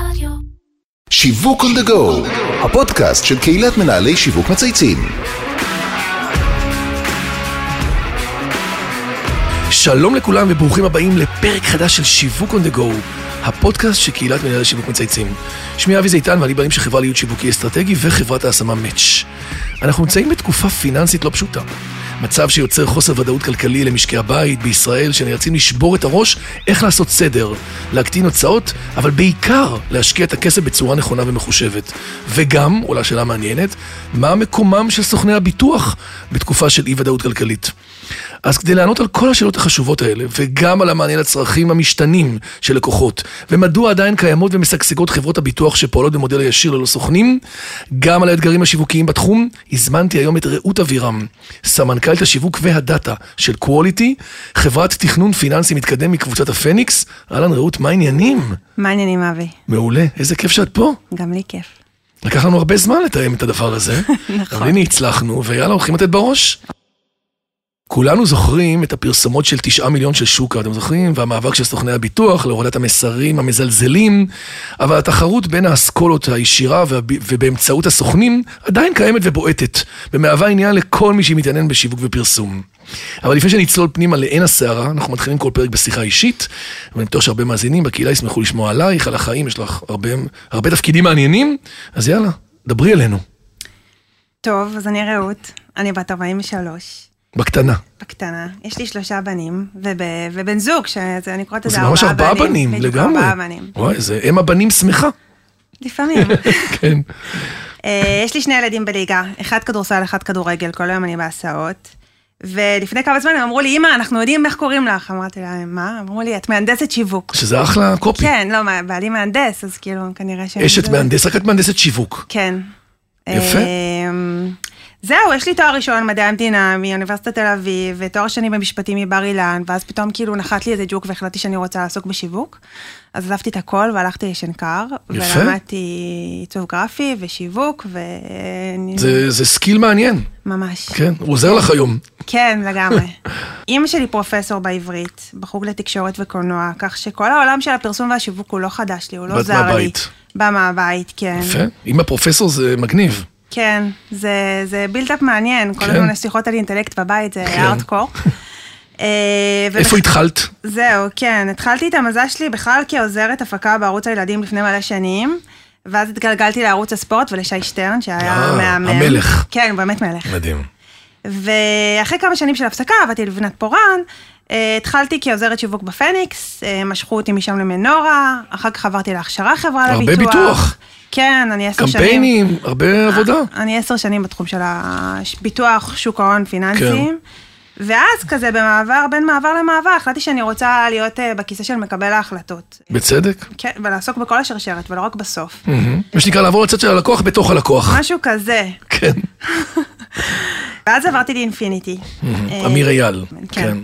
רדיו. שיווק on the go, הפודקאסט של קהילת מנהלי שיווק מצייצים. שלום לכולם וברוכים הבאים לפרק חדש של שיווק on the go, הפודקאסט של קהילת מנהלי שיווק מצייצים. שמי אבי זיתן ואני בעלים של חברה להיות שיווקי אסטרטגי וחברת ההשמה מאץ'. אנחנו נמצאים בתקופה פיננסית לא פשוטה. מצב שיוצר חוסר ודאות כלכלי למשקי הבית בישראל שנאלצים לשבור את הראש איך לעשות סדר, להקטין הוצאות, אבל בעיקר להשקיע את הכסף בצורה נכונה ומחושבת. וגם, עולה שאלה מעניינת, מה מקומם של סוכני הביטוח בתקופה של אי ודאות כלכלית? אז כדי לענות על כל השאלות החשובות האלה, וגם על המענה לצרכים המשתנים של לקוחות, ומדוע עדיין קיימות ומשגשגות חברות הביטוח שפועלות במודל הישיר ללא סוכנים, גם על האתגרים השיווקיים בתחום, הזמנתי היום את רעות אבירם, סמנכ"לית השיווק והדאטה של קווליטי, חברת תכנון פיננסי מתקדם מקבוצת הפניקס. אהלן רעות, מה העניינים? מה העניינים אבי? מעולה, איזה כיף שאת פה. גם לי כיף. לקח לנו הרבה זמן לתאם את הדבר הזה. נכון. אבל הנה הצלחנו, ויאללה, הולכים לתת בראש. כולנו זוכרים את הפרסומות של תשעה מיליון של שוקה, אתם זוכרים? והמאבק של סוכני הביטוח להורדת המסרים המזלזלים, אבל התחרות בין האסכולות הישירה והב... ובאמצעות הסוכנים עדיין קיימת ובועטת, ומהווה עניין לכל מי שמתעניין בשיווק ופרסום. אבל לפני שנצלול פנימה לעין הסערה, אנחנו מתחילים כל פרק בשיחה אישית, ואני בטוח שהרבה מאזינים בקהילה ישמחו לשמוע עלייך, על החיים, יש לך הרבה, הרבה תפקידים מעניינים, אז יאללה, דברי אלינו, טוב, אז אני רעות, אני בת 43, בקטנה. בקטנה, יש לי שלושה בנים, וב, ובן זוג, שאני קוראת לזה זה ארבעה בנים. ממש ארבעה בנים, בדיוק, לגמרי. ארבעה בנים, וואי, זה אם הבנים שמחה. לפעמים. כן. אה, יש לי שני ילדים בליגה, אחד כדורסל, אחד כדורגל, כל היום אני בהסעות. ולפני כמה זמן הם אמרו לי, אמא, אנחנו יודעים איך קוראים לך. אמרתי להם, מה? אמרו לי, את מהנדסת שיווק. שזה אחלה קופי. כן, לא, מה, בעלי מהנדס, אז כאילו, כנראה ש... אשת מהנדס, רק את מהנדסת שיווק. כן. יפה. אמ, זהו, יש לי תואר ראשון, מדעי המדינה, מאוניברסיטת תל אביב, ותואר שני במשפטים מבר אילן, ואז פתאום כאילו נחת לי איזה ג'וק והחלטתי שאני רוצה לעסוק בשיווק. אז עזבתי את הכל והלכתי לשנקר, יפה. ולמדתי עיצוב גרפי ושיווק, ו... זה זה סקיל מעניין, ממש. כן, הוא עוזר לך היום. כן, לגמרי. אימא שלי פרופסור בעברית, בחוג לתקשורת וקולנוע, כך שכל העולם של הפרסום והשיווק הוא לא חדש לי, הוא לא באת זר לי. מהבית. בא מהבית, כן. יפה. אם הפרופסור זה מגניב. כן, זה, זה בילדאפ מעניין, כל כן. הזמן יש שיחות על אינטלקט בבית, זה הארדקור. אה, ובח- איפה התחלת? זהו, כן, התחלתי את המזל שלי בכלל כעוזרת הפקה בערוץ הילדים לפני מלא שנים, ואז התגלגלתי לערוץ הספורט ולשי שטרן, שהיה אה, מהמם. המלך. כן, הוא באמת מלך. מדהים. ואחרי כמה שנים של הפסקה עבדתי לבנת פורן, אה, התחלתי כעוזרת שיווק בפניקס, אה, משכו אותי משם למנורה, אחר כך עברתי להכשרה חברה הרבה לביטוח. ביטוח. כן, אני עשר שנים. אה, קמפיינים, הרבה עבודה. אני עשר שנים בתחום של הביטוח, שוק ההון, פיננסים. כן. ואז כזה במעבר, בין מעבר למעבר, החלטתי שאני רוצה להיות אה, בכיסא של מקבל ההחלטות. בצדק. כן, ולעסוק בכל השרשרת, ולא רק בסוף. מהמם. מה שנקרא לעבור לצד של הלקוח בתוך הלקוח. משהו כזה. כן. ואז עברתי לאינפיניטי. אה, אמיר אייל. כן. כן.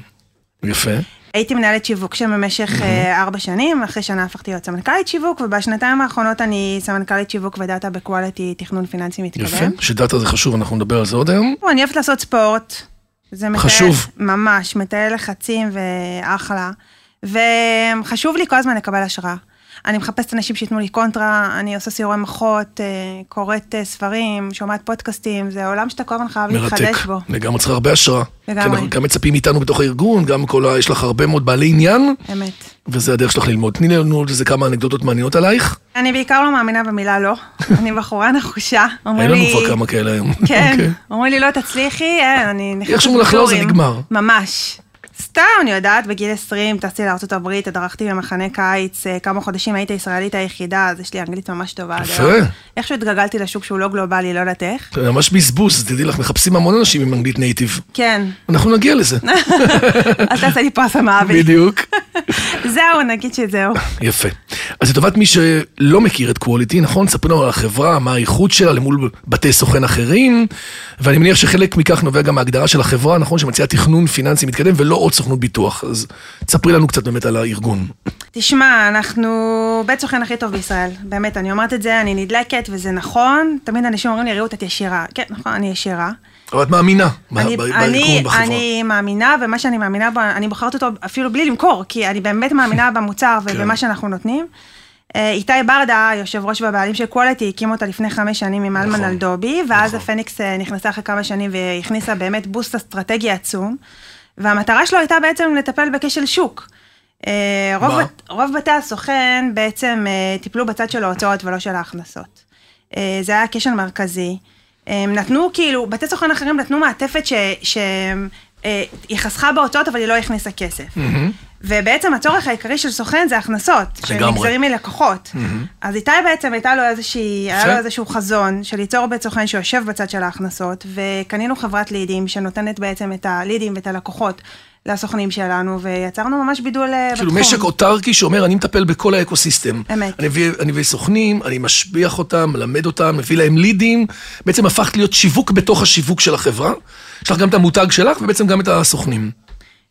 יפה. הייתי מנהלת שיווק שם במשך אה, ארבע שנים, אחרי שנה הפכתי להיות סמנכ"לית שיווק, ובשנתיים האחרונות אני סמנכ"לית שיווק ודאטה בקואליטי תכנון פיננסי יפה. מתקדם. שדאטה זה חשוב, אנחנו נדבר על זה עוד היום. אני אוהבת לעשות ספורט. זה מטייל, חשוב. ממש, מטייל לחצים ואחלה. וחשוב לי כל הזמן לקבל השראה. אני מחפשת אנשים שייתנו לי קונטרה, אני עושה סיורי מוחות, אה, קוראת אה, ספרים, שומעת פודקאסטים, זה עולם שאתה כל הזמן חייב מרתק. להתחדש בו. לגמרי צריך הרבה השראה. לגמרי. כי אנחנו גם מצפים מאיתנו בתוך הארגון, גם כל ה... יש לך הרבה מאוד בעלי עניין, אמת. וזה הדרך שלך ללמוד. תני לנו עוד איזה כמה אנקדוטות מעניינות עלייך. אני בעיקר לא מאמינה במילה לא, אני בחורה נחושה. אין אומרים לנו לי- כבר כמה כאלה היום. כן, אוקיי. אומרים לי לא תצליחי, אין, אני נכנסת שאומרים לך לא, זה לפלואים. נגמר. ממש. סתם, אני יודעת, בגיל 20 טסתי לארה"ב, הדרכתי במחנה קיץ, אה, כמה חודשים הייתי הישראלית היחידה, אז יש לי אנגלית ממש טובה. עד יפה. היום. איכשהו התגלגלתי לשוק שהוא לא גלובלי, לא יודעת איך. זה ממש בזבוז, תדעי לך, מחפשים המון אנשים עם אנגלית נייטיב. כן, אנחנו נגיע לזה. אל תעשה לי פרס המעביד. בדיוק. זהו, נגיד שזהו. יפה. אז לטובת מי שלא מכיר את קווליטי, נכון? ספרי לנו על החברה, מה האיכות שלה למול בתי סוכן אחרים, ואני מניח שחלק מכך נובע גם מההגדרה של החברה, נכון? שמציעה תכנון פיננסי מתקדם ולא עוד סוכנות ביטוח. אז תספרי לנו קצת באמת על הארגון. תשמע, אנחנו בית סוכן הכי טוב בישראל, באמת, אני אומרת את זה, אני נדלקת וזה נכון, תמיד אנשים אומרים לי, רעות, את ישירה. כן, נכון, אני ישירה. אבל את מאמינה ב- אני, ב- אני, בארגון, בחברה. אני מאמינה, ומה שאני מאמינה בו, אני בוחרת אותו אפילו בלי למכור, כי אני באמת מאמינה במוצר כן. ובמה שאנחנו נותנים. אה, איתי ברדה, יושב ראש והבעלים של קוולטי, הקים אותה לפני חמש שנים עם אלמן נכון, אלדובי, ואז נכון. הפניקס אה, נכנסה אחרי כמה שנים והכניסה באמת בוסט אסטרטגי עצום, והמטרה שלו הייתה בעצם לטפל בכשל שוק. אה, רוב, מה? בת- רוב בתי הסוכן בעצם אה, טיפלו בצד של ההוצאות ולא של ההכנסות. אה, זה היה כשל מרכזי. הם נתנו כאילו, בתי סוכן אחרים נתנו מעטפת ש- שהם, אה, היא חסכה בהוצאות אבל היא לא הכניסה כסף. ובעצם הצורך העיקרי של סוכן זה הכנסות, לגמרי. שנגזרים מלקוחות. אז איתי בעצם הייתה לו איזושהי, היה יפה. לו איזשהו חזון של ליצור בית סוכן שיושב בצד של ההכנסות, וקנינו חברת לידים שנותנת בעצם את הלידים ואת הלקוחות לסוכנים שלנו, ויצרנו ממש בידול אה, בתחום. כאילו משק אוטרקי שאומר, אני מטפל בכל האקוסיסטם. אמת. אני מביא- אני מביא סוכנים, אני משביח אותם, מלמד אותם, מביא להם לידים. בעצם הפכת להיות שיווק בתוך השיווק של החברה. יש לך גם את המותג שלך ובעצם גם את הסוכנים.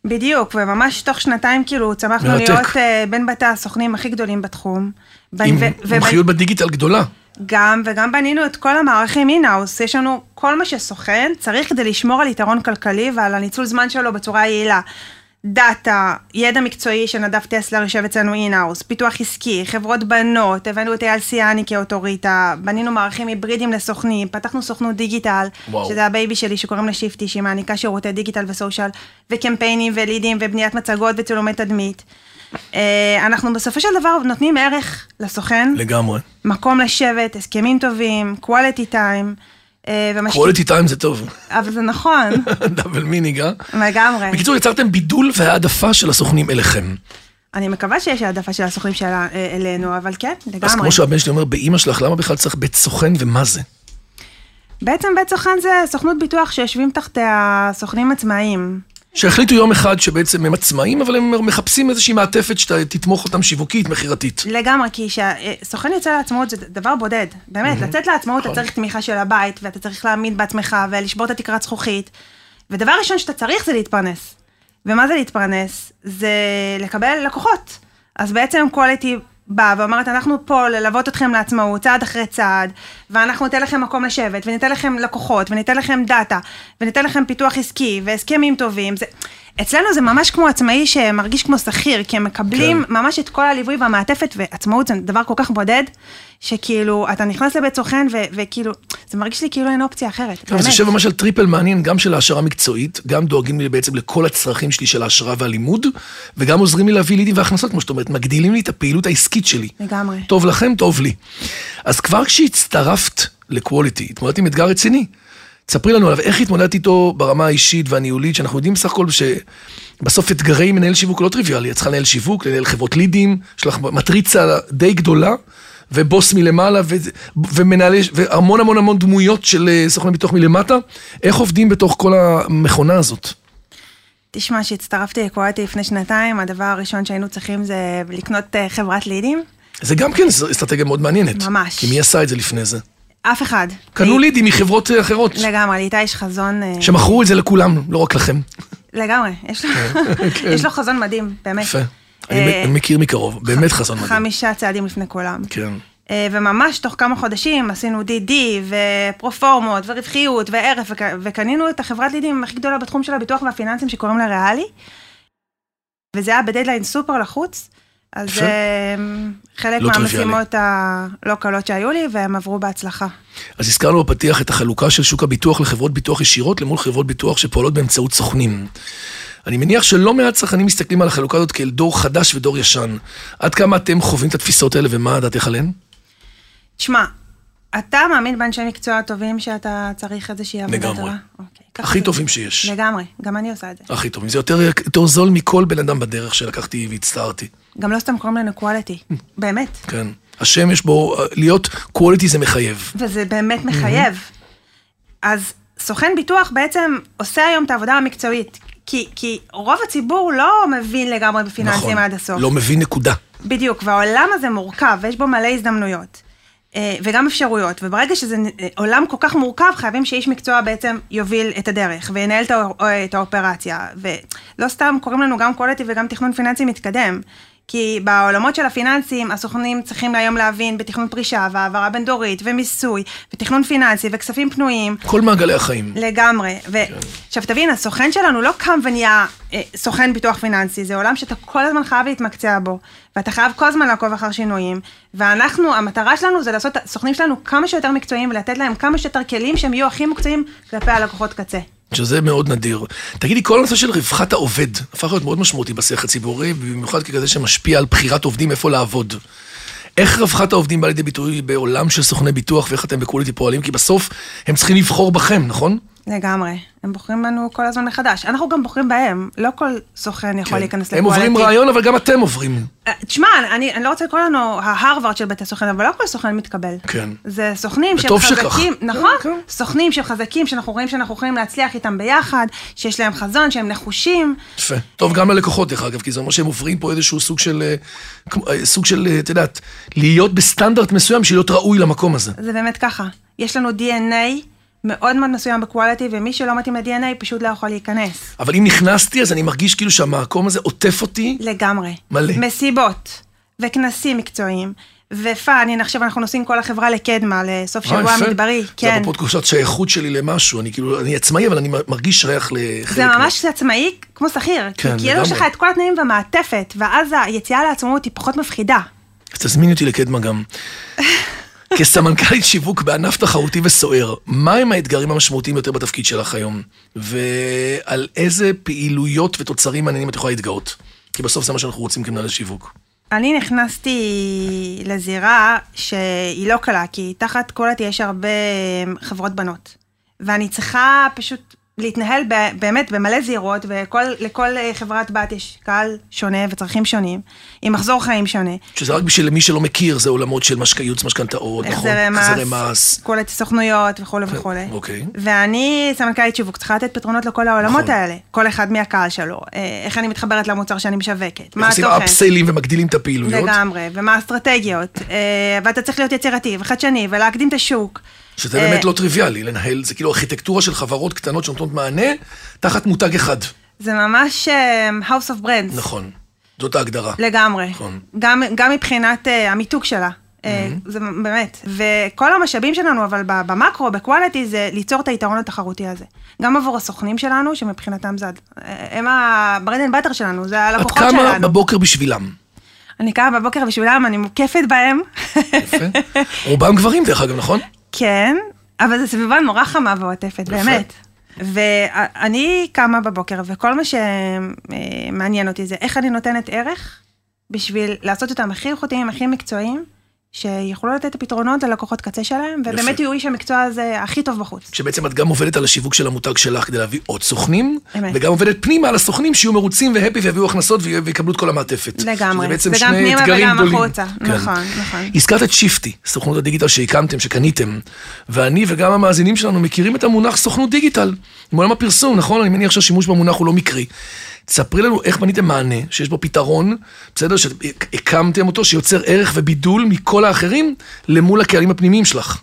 בדיוק, וממש תוך שנתיים כאילו צמחנו מרתק. להיות אה, בין בתי הסוכנים הכי גדולים בתחום. בנ- עם ו- ובנ- מומחיות בדיגיטל גדולה. גם, וגם בנינו את כל המערכים אינהאוס, יש לנו כל מה שסוכן צריך כדי לשמור על יתרון כלכלי ועל הניצול זמן שלו בצורה יעילה. דאטה, ידע מקצועי שנדב טסלר יושב אצלנו אינהאוס, פיתוח עסקי, חברות בנות, הבאנו את אייל סיאני כאוטוריטה, בנינו מערכים היברידים לסוכנים, פתחנו סוכנות דיגיטל, וואו. שזה הבייבי שלי שקוראים לה שיפטי, שהיא מעניקה שירותי דיגיטל וסושיאל, וקמפיינים ולידים ובניית מצגות וצילומי תדמית. אה, אנחנו בסופו של דבר נותנים ערך לסוכן, לגמרי. מקום לשבת, הסכמים טובים, quality time, אה, ומש... quality time זה טוב. אבל זה נכון, דאבל מינינג, אה? אוקיי. לגמרי. בקיצור, יצרתם בידול והעדפה של הסוכנים אליכם. אני מקווה שיש העדפה של הסוכנים שלה אה, אלינו, אבל כן, אז לגמרי. כמו שהבן שלי אומר, באימא שלך, למה בכלל צריך בית סוכן ומה זה? בעצם בית סוכן זה סוכנות ביטוח שיושבים תחתיה סוכנים עצמאיים. שהחליטו יום אחד שבעצם הם עצמאים, אבל הם מחפשים איזושהי מעטפת שתתמוך אותם שיווקית, מכירתית. לגמרי, כי כשסוכן יוצא לעצמאות זה דבר בודד. באמת, לצאת לעצמאות אתה צריך תמיכה של הבית, ואתה צריך להאמין בעצמך ולשבור את התקרת זכוכית. ודבר ראשון שאתה צריך זה להתפרנס. ומה זה להתפרנס? זה לקבל לקוחות. אז בעצם קואליטי באה ואומרת, אנחנו פה ללוות אתכם לעצמאות, צעד אחרי צעד, ואנחנו ניתן לכם מקום לשבת, וניתן לכם לקוחות, וניתן לכם דאטה, וניתן לכם פיתוח עסקי, והסכמים טובים. זה... אצלנו זה ממש כמו עצמאי שמרגיש כמו שכיר, כי הם מקבלים כן. ממש את כל הליווי והמעטפת, ועצמאות זה דבר כל כך בודד, שכאילו, אתה נכנס לבית סוכן, ו- וכאילו, זה מרגיש לי כאילו אין אופציה אחרת, טוב, באמת. כן, אז יושב ממש על טריפל מעניין, גם של העשרה מקצועית, גם דואגים לי בעצם לכל הצרכים שלי של ההעשרה והלימוד, וגם עוזרים לי להביא לידים והכנסות, כמו שאת אומרת, מגדילים לי את הפעילות העסקית שלי. לגמרי. טוב לכם, טוב לי. אז כבר כשהצטרפת לקואליטי, התמודדת עם אתגר רציני. תספרי לנו עליו, איך התמודדת איתו ברמה האישית והניהולית, שאנחנו יודעים בסך הכל שבסוף אתגרי מנהל שיווק לא טריוויאלי, את צריכה לנהל שיווק, לנהל חברות לידים, יש לך מטריצה די גדולה, ובוס מלמעלה, ו- ומנהלי, והמון המון המון דמויות של אה, סוכני ביטוח מלמטה, איך עובדים בתוך כל המכונה הזאת? תשמע, כשהצטרפתי לקואטי לפני שנתיים, הדבר הראשון שהיינו צריכים זה לקנות אה, חברת לידים. זה גם כן זו אסטרטגיה מאוד מעניינת. ממש. כי מי עשה את זה לפני זה? אף אחד. קנו לי- לידים מחברות אה, אחרות, לגמרי, לאיתי יש חזון... אה, שמכרו את זה לכולם, לא רק לכם. לגמרי, יש לו- יש לו חזון מדהים, באמת. כן, יפה. אני אה, מ- מכיר מקרוב, באמת חזון מדהים. חמישה צעדים לפני כולם. כן. אה, וממש תוך כמה חודשים עשינו DD ופרופורמות ורווחיות וערף וכ- וקנינו את החברת לידים הכי גדולה בתחום של הביטוח והפיננסים שקוראים לה ריאלי. וזה היה בדדליין סופר לחוץ. אז יפה. אה, חלק לא מהמשימות הלא קלות שהיו לי והם עברו בהצלחה. אז הזכרנו בפתיח את החלוקה של שוק הביטוח לחברות ביטוח ישירות למול חברות ביטוח שפועלות באמצעות סוכנים. אני מניח שלא מעט צרכנים מסתכלים על החלוקה הזאת כאל דור חדש ודור ישן. עד כמה אתם חווים את התפיסות האלה ומה דעתך עליהן? תשמע, אתה מאמין באנשי מקצוע טובים שאתה צריך איזושהי עבודה לגמרי. טובה? אוקיי, ככה הכי זה. טובים שיש. לגמרי, גם אני עושה את זה. הכי טובים. זה יותר, יותר זול מכל בן אדם בדרך שלקחתי והצטערתי. גם לא סתם קוראים לנו קואליטי, באמת. כן. השם יש בו, אה, להיות quality זה מחייב. וזה באמת מחייב. אז סוכן ביטוח בעצם עושה היום את העבודה המקצועית, כי, כי רוב הציבור לא מבין לגמרי בפיננסים נכון. עד הסוף. לא מבין נקודה. בדיוק, והעולם הזה מורכב, ויש בו מלא הזדמנויות. אה, וגם אפשרויות, וברגע שזה נ- אה, עולם כל כך מורכב, חייבים שאיש מקצוע בעצם יוביל את הדרך, וינהל את לא האו- אה, את האופרציה, ולא סתם קוראים לנו גם קולטי וגם תכנון פיננסי מתקדם. כי בעולמות של הפיננסים, הסוכנים צריכים היום להבין בתכנון פרישה והעברה בין דורית ומיסוי ותכנון פיננסי וכספים פנויים. כל מעגלי החיים. לגמרי. כן. ועכשיו תבין, הסוכן שלנו לא קם ונהיה אה, סוכן ביטוח פיננסי, זה עולם שאתה כל הזמן חייב להתמקצע בו, ואתה חייב כל הזמן לעקוב אחר שינויים, ואנחנו, המטרה שלנו זה לעשות את הסוכנים שלנו כמה שיותר מקצועיים ולתת להם כמה שיותר כלים שהם יהיו הכי מקצועיים כלפי הלקוחות קצה. שזה מאוד נדיר. תגידי, כל הנושא של רווחת העובד הפך להיות מאוד משמעותי בשיח הציבורי, במיוחד ככזה שמשפיע על בחירת עובדים איפה לעבוד. איך רווחת העובדים באה לידי ביטוי בעולם של סוכני ביטוח, ואיך אתם בקוליטי פועלים? כי בסוף הם צריכים לבחור בכם, נכון? לגמרי. הם בוחרים בנו כל הזמן מחדש. אנחנו גם בוחרים בהם, לא כל סוכן יכול להיכנס כן. הם עוברים רעיון, אבל גם אתם עוברים. אה, תשמע, אני, אני לא רוצה לקרוא לנו ההרווארד של בית הסוכן, אבל לא כל סוכן מתקבל. כן. זה סוכנים שהם וטוב שכך. חזקים, כן, נכון? כן. סוכנים שהם חזקים, שאנחנו רואים שאנחנו יכולים להצליח איתם ביחד, שיש להם חזון, שהם נחושים. יפה. טוב, גם ללקוחות, דרך אגב, כי זה אומר שהם עוברים פה איזשהו סוג של, אה, כמו- אה, סוג של, אה, את יודעת, להיות בסטנדרט מסוים, של להיות ראוי למקום הזה. זה באמת ככה. יש לנו DNA מאוד מאוד מסוים בקואליטי, ומי שלא מתאים ל-DNA פשוט לא יכול להיכנס. אבל אם נכנסתי, אז אני מרגיש כאילו שהמקום הזה עוטף אותי. לגמרי. מלא. מסיבות, וכנסים מקצועיים, ופאן, הנה עכשיו אנחנו נוסעים כל החברה לקדמה, לסוף אה, שבוע יפה. מדברי, זה כן. בפודקאסט שייכות שלי למשהו, אני כאילו, אני עצמאי, אבל אני מ- מרגיש שייך לחלק. זה מה- ממש עצמאי כמו שכיר, כי כן, כאילו יש לך לגמרי. את כל התנאים והמעטפת, ואז היציאה לעצמאות היא פחות מפחידה. אז תזמיני אותי לקדמה גם. כסמנכ"לית שיווק בענף תחרותי וסוער, מהם האתגרים המשמעותיים יותר בתפקיד שלך היום? ועל איזה פעילויות ותוצרים מעניינים את יכולה להתגאות? כי בסוף זה מה שאנחנו רוצים כמנהלי שיווק. אני נכנסתי לזירה שהיא לא קלה, כי תחת קולתי יש הרבה אמ, חברות בנות. ואני צריכה פשוט להתנהל ב- באמת במלא זירות, ולכל חברת בת יש קהל שונה וצרכים שונים, עם מחזור חיים שונה. שזה רק בשביל מי שלא מכיר, זה עולמות של משק... ייעוץ משכנתאות, נכון? החזרי מס, החזרי מס. כל הסוכנויות וכולי וכולי. אוקיי. ואני סמנכ"לית שיווק, צריכה לתת פתרונות לכל העולמות נכון. האלה. כל אחד מהקהל שלו, אה, איך אני מתחברת למוצר שאני משווקת, מה עושים התוכן. אפסיילים ומגדילים את הפעילויות, לגמרי, ומה האסטרטגיות, אה, ואתה צריך להיות יצירתי וחדשני ולהקדים את השוק. שזה אה, באמת לא טריוויאלי לנהל, זה כאילו ארכיטקטורה של חברות קטנות שנותנות מענה תחת מותג אחד. זה ממש אה, House of Brands. נכון, זאת ההגדרה. לגמרי. נכון. גם, גם מבחינת אה, המיתוג שלה. אה, זה באמת, וכל המשאבים שלנו, אבל ב- במקרו, בקואליטי, זה ליצור את היתרון התחרותי הזה. גם עבור הסוכנים שלנו, שמבחינתם זה, הד- אה, הם הברנד אנד באטר שלנו, זה את הלקוחות קמה שלנו. בבוקר בשבילם. אני קמה בבוקר בשבילם, אני מוקפת בהם. יפה. רובם גברים דרך אגב, נכון? כן, אבל זו סביבה נורא חמה ועוטפת, באמת. ואני קמה בבוקר, וכל מה שמעניין אותי זה איך אני נותנת ערך בשביל לעשות אותם הכי איכותיים, הכי מקצועיים, שיוכלו לתת את הפתרונות ללקוחות קצה שלהם, ובאמת יפה. יהיו איש המקצוע הזה הכי טוב בחוץ. שבעצם את גם עובדת על השיווק של המותג שלך כדי להביא עוד סוכנים, אמת. וגם עובדת פנימה על הסוכנים שיהיו מרוצים והפי ויביאו הכנסות ויהיו- ויקבלו את כל המעטפת. לגמרי. שזה בעצם זה גם שני פנימה אתגרים וגם גדולים. כן. החוצה. נכון, נכון. הזכרת את שיפטי, סוכנות הדיגיטל שהקמתם, שקניתם, ואני וגם המאזינים שלנו מכירים את המונח סוכנות דיגיטל, מעולם הפרסום, נכון? אני מניח שהשימוש במונח הוא לא מקרי. תספרי לנו איך בניתם מענה, שיש בו פתרון, בסדר? שהקמתם אותו, שיוצר ערך ובידול מכל האחרים, למול הקהלים הפנימיים שלך.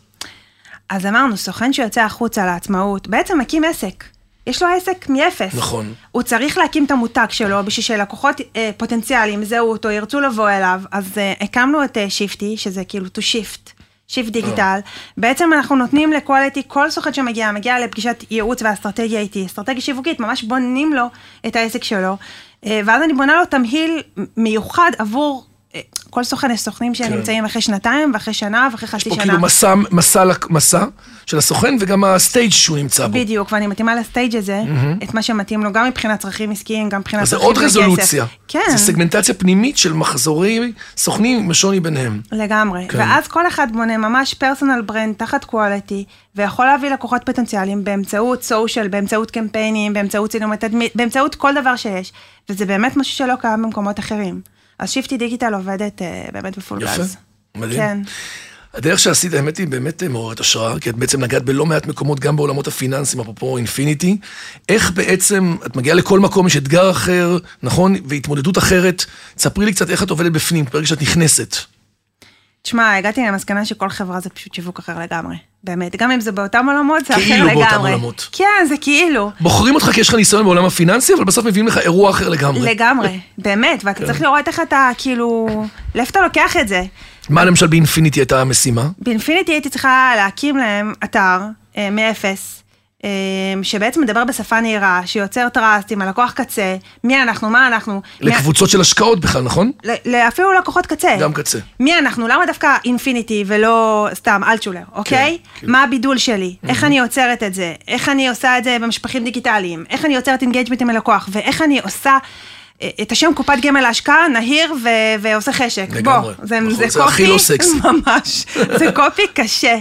אז אמרנו, סוכן שיוצא החוצה לעצמאות, בעצם מקים עסק. יש לו עסק מאפס. נכון. הוא צריך להקים את המותג שלו בשביל שלקוחות אה, פוטנציאליים יזהו אותו, ירצו לבוא אליו. אז אה, הקמנו את אה, שיפטי, שזה כאילו to shift, shift אה. דיגיטל. בעצם אנחנו נותנים לקואליטי, כל סוכן שמגיע, מגיע לפגישת ייעוץ ואסטרטגיה איתי, אסטרטגיה שיווקית, ממש בונים לו את העסק שלו. אה, ואז אני בונה לו תמהיל מיוחד עבור... אה, כל סוכן יש סוכנים שנמצאים אחרי שנתיים, ואחרי שנה, ואחרי חצי שנה. כן. פה כאילו מסע, מסע, לק- מסע של הסוכן וגם הסטייג' שהוא נמצא בו. בדיוק, ואני מתאימה לסטייג' הזה, את מה שמתאים לו, גם מבחינת צרכים עסקיים, גם מבחינת אז זה צרכים עוד וכסף. רזולוציה. כן, זה סגמנטציה פנימית של מחזורי סוכנים עם השוני ביניהם. לגמרי. כן. ואז כל אחד בונה ממש פרסונל ברנד תחת קואליטי, ויכול להביא לקוחות פוטנציאליים באמצעות סושיאל, באמצעות קמפיינים, באמצעות צילומי תדמית, באמצעות כל דבר שיש, וזה באמת משהו שלא קיים במקומות אחרים. אז שיפטי דיגיטל עובדת אה, באמת בפול יפה, גז. מדהים. כן. הדרך שעשית, האמת היא, באמת אה, מעוררת השראה, כי את בעצם נגעת בלא מעט מקומות, גם בעולמות הפיננסים, אפרופו אינפיניטי. איך בעצם, את מגיעה לכל מקום, יש אתגר אחר, נכון? והתמודדות אחרת. ספרי לי קצת איך את עובדת בפנים, ברגע שאת נכנסת. שמע, הגעתי למסקנה שכל חברה זה פשוט שיווק אחר לגמרי. באמת, גם אם זה באותם עולמות, זה אחר לגמרי. כאילו באותם עולמות. כן, זה כאילו. בוחרים אותך כי יש לך ניסיון בעולם הפיננסי, אבל בסוף מביאים לך אירוע אחר לגמרי. לגמרי, באמת, ואתה צריך לראות איך אתה, כאילו, לאיפה אתה לוקח את זה. מה למשל באינפיניטי הייתה המשימה? באינפיניטי הייתי צריכה להקים להם אתר אה, מאפס, אה, שבעצם מדבר בשפה נהירה, שיוצר טראסט עם הלקוח קצה, מי אנחנו, מה אנחנו. מי- לקבוצות של השקעות בכלל, נכון? ל- ל- אפילו לקוחות קצה. גם קצה. מי אנחנו? למה דווקא אינפיניטי ולא סתם אלטשולר, אוקיי? כאילו. מה הבידול שלי? איך אני יוצרת את זה? איך אני עושה את זה במשפחים דיגיטליים? איך אני יוצרת אינגייג'מנט עם הלקוח? ואיך אני עושה... אה, את השם קופת גמל להשקעה, נהיר ו- ועושה חשק. לגמרי. בוא, זה, נכון, זה, זה קופי, הכי לא סקסי. ממש, זה קופי קשה.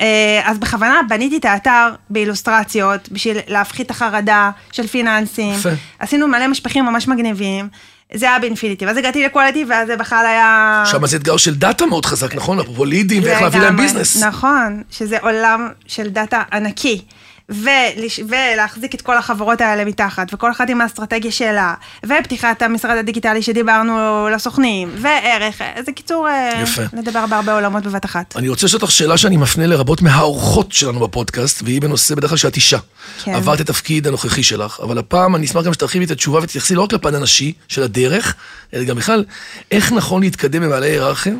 אה, אז בכוונה בניתי את האתר באילוסטרציות, בשביל להפחית את החרדה של פיננסים. יפה. עשינו מלא משפחים ממש מגניבים. זה היה באינפיניטי, ואז הגעתי לקואליטי, ואז זה בכלל היה... שם זה אתגר של דאטה מאוד חזק, נכון? אפרופו לידים ואיך להביא להם אה. לגמרי. ביזנס. נכון, שזה עולם של דאטה ענקי. ולש... ולהחזיק את כל החברות האלה מתחת, וכל אחת עם האסטרטגיה שלה, ופתיחת המשרד הדיגיטלי שדיברנו לסוכנים, וערך, זה קיצור, אה, יפה. נדבר בהרבה עולמות בבת אחת. אני רוצה לשאול אותך שאלה שאני מפנה לרבות מהאורחות שלנו בפודקאסט, והיא בנושא בדרך כלל שאת אישה. כן. עברת את התפקיד הנוכחי שלך, אבל הפעם אני אשמח גם שתרחיבי את התשובה ותתייחסי לא רק לפן הנשי של הדרך, אלא גם בכלל, איך נכון להתקדם במעלה היררכיה,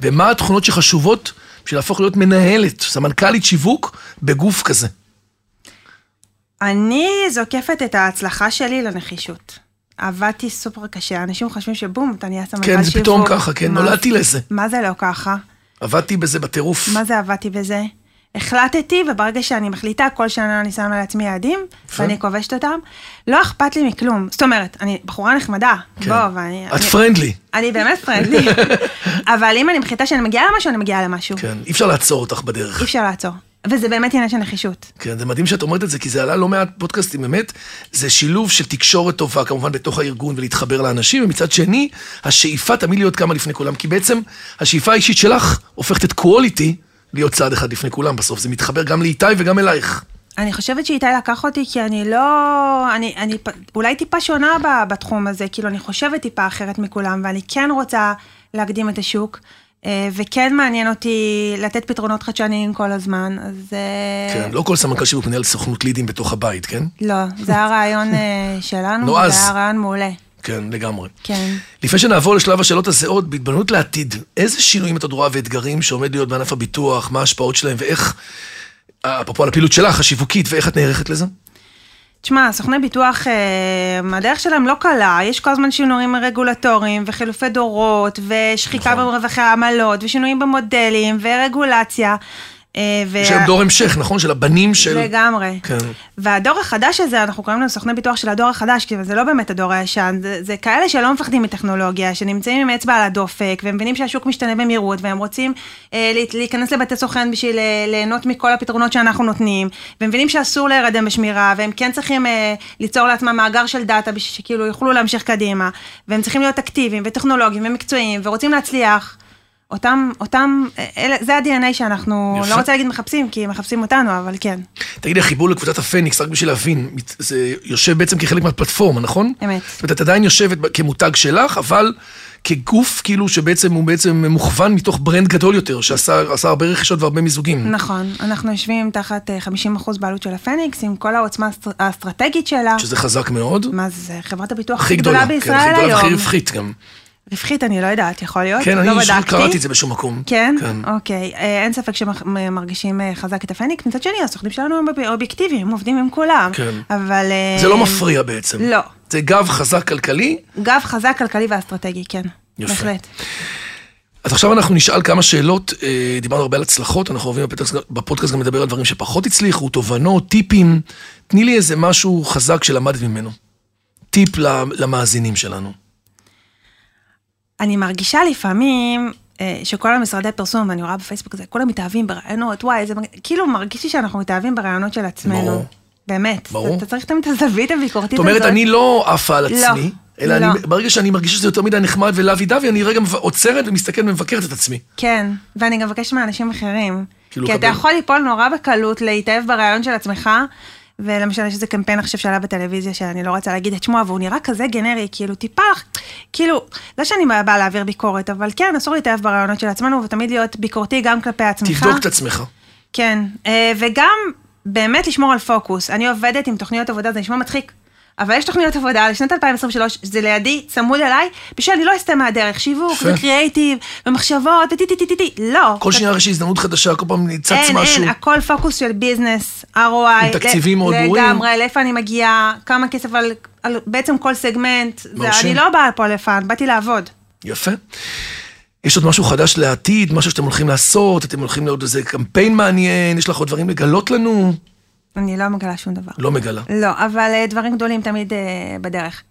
ומה התכונות שחשובות בשביל להפוך להיות מנהלת, סמנכ"לית שיווק, בגוף כזה. אני זוקפת את ההצלחה שלי לנחישות. עבדתי סופר קשה, אנשים חושבים שבום, אתה נהיה סמנכ"ל כן, שיווק. זה פתאום ככה, כן, מה- נולדתי לזה. מה זה לא ככה? עבדתי בזה בטירוף. מה זה עבדתי בזה? החלטתי, וברגע שאני מחליטה, כל שנה אני שמה לעצמי יעדים, יפה. ואני כובשת אותם. לא אכפת לי מכלום. זאת אומרת, אני בחורה נחמדה. כן. בוא, ואני... את אני- פרנדלי. אני באמת פרנדלי. אבל אם אני מחליטה שאני מגיעה למשהו, אני מגיעה למשהו. כן, אי אפשר לעצור אותך בדרך. אי אפשר לעצור. וזה באמת עניין של נחישות. כן, זה מדהים שאת אומרת את זה, כי זה עלה לא מעט פודקאסטים, באמת. זה שילוב של תקשורת טובה, כמובן, בתוך הארגון ולהתחבר לאנשים, ומצד שני, השאיפה תמיד להיות כמה לפני כולם, כי בעצם השאיפה האישית שלך הופכת את quality להיות צעד אחד לפני כולם בסוף. זה מתחבר גם לאיתי וגם אלייך. אני חושבת שאיתי לקח אותי כי אני לא, אני, אני פ- אולי טיפה שונה ב- בתחום הזה, כאילו אני חושבת טיפה אחרת מכולם, ואני כן רוצה להקדים את השוק, אה, וכן מעניין אותי לתת פתרונות חדשניים כל הזמן, אז... אה, כן, לא כל סמנכ"ל שיווק מנהל סוכנות לידים בתוך הבית, כן? לא, זה היה רעיון אה, שלנו, נועז. זה היה רעיון מעולה, כן, לגמרי. כן. לפני שנעבור לשלב השאלות הזהות, בהתבוננות לעתיד, איזה שינויים את עוד רואה ואתגרים שעומד להיות בענף הביטוח, מה ההשפעות שלהם ואיך, אה, אפרופו על הפעילות שלך, השיווקית, ואיך את נערכת לזה? תשמע, סוכני ביטוח, אה, הדרך שלהם לא קלה, יש כל הזמן שינויים רגולטוריים וחילופי דורות, ושחיקה נכון. במרווחי העמלות, ושינויים במודלים, ורגולציה. אה, ו- שהם דור המשך, נכון? של הבנים של... לגמרי. כן. והדור החדש הזה, אנחנו קוראים לו סוכני ביטוח של הדור החדש, כי זה לא באמת הדור הישן, זה, זה כאלה שלא מפחדים מטכנולוגיה, שנמצאים עם אצבע על הדופק, והם מבינים שהשוק משתנה במהירות, והם רוצים אה, להת- להיכנס לבתי סוכן בשביל אה, ליהנות מכל הפתרונות שאנחנו נותנים, והם מבינים שאסור להירדם בשמירה, והם כן צריכים אה, ליצור לעצמם מאגר של דאטה, בשביל שכאילו יוכלו להמשיך קדימה, והם צריכים להיות אקטיביים וטכנולוגיים ומקצועיים, ורוצים להצליח. אותם, אותם, אה, אלה, זה ה-DNA שאנחנו, יפה. לא רוצה להגיד מחפשים, כי מחפשים אותנו, אבל כן, תגידי, החיבור לקבוצת הפניקס, רק בשביל להבין, מת- זה יושב בעצם כחלק מהפלטפורמה, נכון? אמת. זאת אומרת, את עדיין יושבת ב- כמותג שלך, אבל כגוף כאילו שבעצם הוא בעצם מוכוון מתוך ברנד גדול יותר, שעשה עשה הרבה רכישות והרבה מיזוגים. נכון, אנחנו יושבים תחת אה, 50% בעלות של הפניקס, עם כל העוצמה האסטר- האסטרטגית שלה. שזה חזק מאוד. מה זה, חברת הביטוח הכי גדולה, כן, הכי נכון. בישראל גדולה היום. והכי רווחית גם. רווחית, אני לא יודעת, יכול להיות, כן, לא אני שוב בדקתי. קראתי את זה בשום מקום. כן? אוקיי, אה, אין ספק שמרגישים אה, חזק את הפניקס. מצד שני, הסוכנים שלנו הם אוב- אובייקטיביים, הם עובדים עם כולם. כן. אבל... אה, זה לא מפריע בעצם. לא. זה גב חזק כלכלי, גב חזק, כלכלי ואסטרטגי, כן. יפה. בהחלט. אז עכשיו אנחנו נשאל כמה שאלות, אה, דיברנו הרבה על הצלחות, אנחנו אוהבים בפודקאסט- בפודקאסט גם לדבר על דברים שפחות הצליחו, תובנות, טיפים. תני לי איזה משהו חזק שלמדת ממנו. טיפ ל- למאזינים שלנו. אני מרגישה לפעמים אה, שכל המשרדי פרסום, ואני רואה בפייסבוק זה, כולם מתאהבים ברעיונות, וואי, זה מג- כאילו מרגיש לי שאנחנו מתאהבים ברעיונות של עצמנו. ברור. באמת. ברור. אתה צריך תמיד את הזווית הביקורתית זאת הזאת. אומרת, אני לא עפה על עצמי, אלא לא. אני- ברגע שאני מרגיש שזה יותר מדי נחמד ולאבי דבי, אני רגע מב- עוצרת ומסתכלת ומבקרת את עצמי. כן, ואני גם מבקשת מאנשים אחרים. כאילו, כי אתה קבל. יכול ליפול נורא בקלות, להתאהב ברעיון של עצמך, ולמשל, יש איזה קמפיין עכשיו שעלה בטלוויזיה שאני לא רוצה להגיד את שמו, אבל הוא נראה כזה גנרי, כאילו טיפה, כאילו, לא שאני באה להעביר ביקורת, אבל כן, אסור להתאהב ברעיונות של עצמנו, ותמיד להיות ביקורתי גם כלפי עצמך. תבדוק את עצמך. כן, אה, וגם באמת לשמור על פוקוס. אני עובדת עם תוכניות עבודה, זה נשמע מצחיק, אבל יש תוכניות עבודה לשנת 2023, זה לידי, צמוד אליי, בשביל אני לא אסטה מהדרך, שיווק יפה. וקריאייטיב ומחשבות וטי טי טי טי טי, לא. כל שנייה יש הזדמנות חדשה, כל פעם ניצץ אין, אה. משהו. אין, הכל פוקוס של ביזנס, ROI. עם תקציבים מאוד ברורים. לגמרי, לאיפה אני מגיעה, כמה כסף על, על בעצם כל סגמנט. זה, מרשים. אני לא באה פה לפאן, באתי לעבוד. יפה. יש עוד משהו חדש לעתיד, משהו שאתם הולכים לעשות, אתם הולכים לעוד איזה קמפיין מעניין, יש לך עוד דברים לגלות לנו? אני לא מגלה שום דבר. לא מגלה. לא, אבל אה, דברים גדולים תמיד אה, בדרך.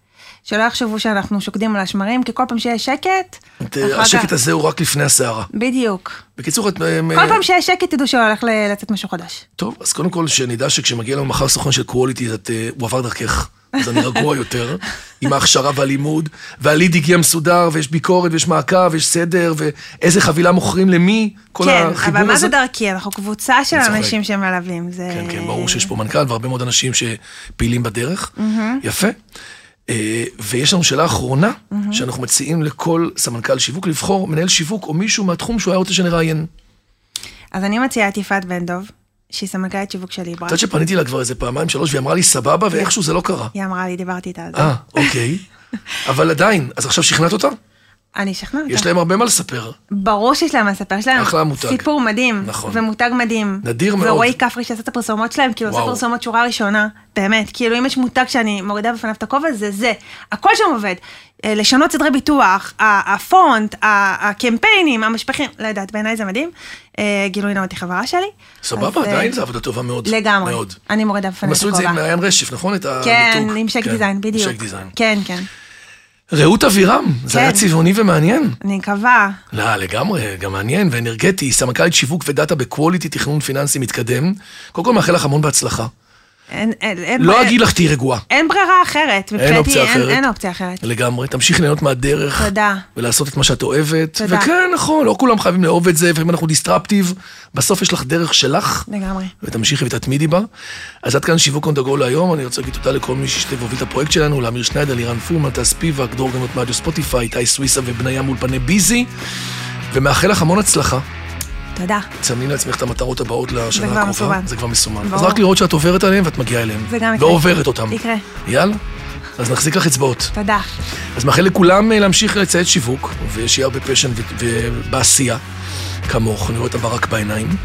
שלא יחשבו שאנחנו שוקדים על השמרים, כי כל פעם שיש שקט, את, אה, אחר השקט כך- הזה הוא רק לפני הסערה. בדיוק. בקיצור, את... אה, כל פעם שיש שקט, תדעו שהולך ל- לצאת משהו חדש. טוב, אז קודם כל, שנדע שכשמגיע לנו מחר סוכן של קווליטי, את, אה, הוא עבר דרכך. אז אני רגוע יותר, עם ההכשרה והלימוד, והליד הגיע מסודר, ויש ביקורת, ויש מעקב, ויש סדר, ואיזה חבילה מוכרים למי, כל כן, החיבור הזה. אבל מה זה דרכי? אנחנו קבוצה של אני צוחק. אנשים שמלווים. זה... כן, כן, ברור שיש פה מנכ"ל והרבה מאוד אנשים שפעילים בדרך. יפה. אה, ויש לנו שאלה אחרונה, שאנחנו מציעים לכל סמנכ"ל שיווק לבחור מנהל שיווק או מישהו מהתחום שהוא היה רוצה שנראיין. אז אני מציעה את יפעת בן דב, שהיא סמנכ"לית שיווק של ליברה. את יודעת שפניתי לה כבר איזה פעמיים, שלוש, והיא אמרה לי סבבה, ואיכשהו זה לא קרה. היא אמרה לי, דיברתי איתה על זה. אה, אוקיי. אבל עדיין, אז עכשיו שכנעת אותה? אני אשכנע אותה. יש להם הרבה מה לספר. ברור שיש להם מה לספר, יש להם אחלה מותג. סיפור מדהים, נכון. ומותג מדהים. נדיר מאוד. ורועי כפרי שעשה את הפרסומות שלהם, כאילו עושה וואו. פרסומות שורה ראשונה, באמת, כאילו אם יש מותג שאני מורידה בפניו את הכובע, זה זה. הכל שם עובד. אה, לשנות סדרי ביטוח, ה- הפונט, ה- הקמפיינים, המשפחים, לא יודעת, בעיניי זה מדהים. אה, גילוי נאות היא חברה שלי. סבבה, אז, אה, עדיין זו עבודה טובה מאוד. לגמרי. מאוד. אני מורידה הם בפניו את עשו את זה הכובע. עם מעיין רשף, נכון? את המיתוג. כן, עם שק דיזיין, בדיוק. שק דיזיין. כן, כן. רעות אבירם, זה כן. היה צבעוני ומעניין. אני מקווה. לא, לגמרי, גם מעניין ואנרגטי, סמנכ"לית שיווק ודאטה בקווליטי תכנון פיננסי מתקדם. קודם כל מאחל לך המון בהצלחה. אין- אין- אין- לא אגיד לך תהיי רגועה. אין ברירה אחרת. מבחינתי אופציה אין- אחרת. אין אופציה אחרת. לגמרי, תמשיכי ליהנות מהדרך. תודה. ולעשות את מה שאת אוהבת. תודה. וכן, נכון, לא כולם חייבים לאהוב את זה, ואם אנחנו דיסטרפטיב, בסוף יש לך דרך שלך. לגמרי. ותמשיכי ותתמידי בה. אז עד כאן שיווק און דגו להיום, אני רוצה להגיד תודה לכל מי שהשתתף והוביל את הפרויקט שלנו, לאמיר שניידר, לירן פורמן, טס פיבק, דרור גנות מאדיו ספוטיפיי, איתי סוויסה ובניה מאולפני ביזי, ומאחל לך המון הצלחה. תודה. תסמני לעצמך את המטרות הבאות זה לשנה כבר הקרובה. מסומן. זה כבר מסומן. אז ברור. רק לראות שאת עוברת עליהם ואת מגיעה אליהם. זה גם יקרה. ועוברת אותם. יקרה. יאללה, אז נחזיק לך אצבעות. תודה. אז מאחל לכולם אה, להמשיך לציית שיווק, ושיהיה הרבה פשן ו- ובעשייה, כמוך, אני רואה את הברק בעיניים.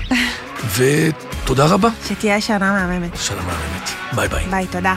ותודה רבה. שתהיה שנה מהממת. שנה מהממת. ביי ביי. ביי, תודה.